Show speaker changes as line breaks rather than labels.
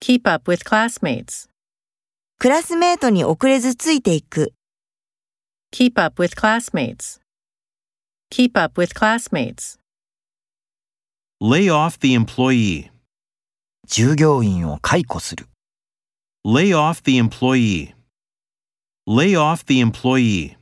Keep up with classmates.
クラスメートに遅れずついていく。
Keep up with classmates. Keep up with classmates.
Lay off the employee.
従業員を解雇する。
Lay off the employee. Lay off the employee.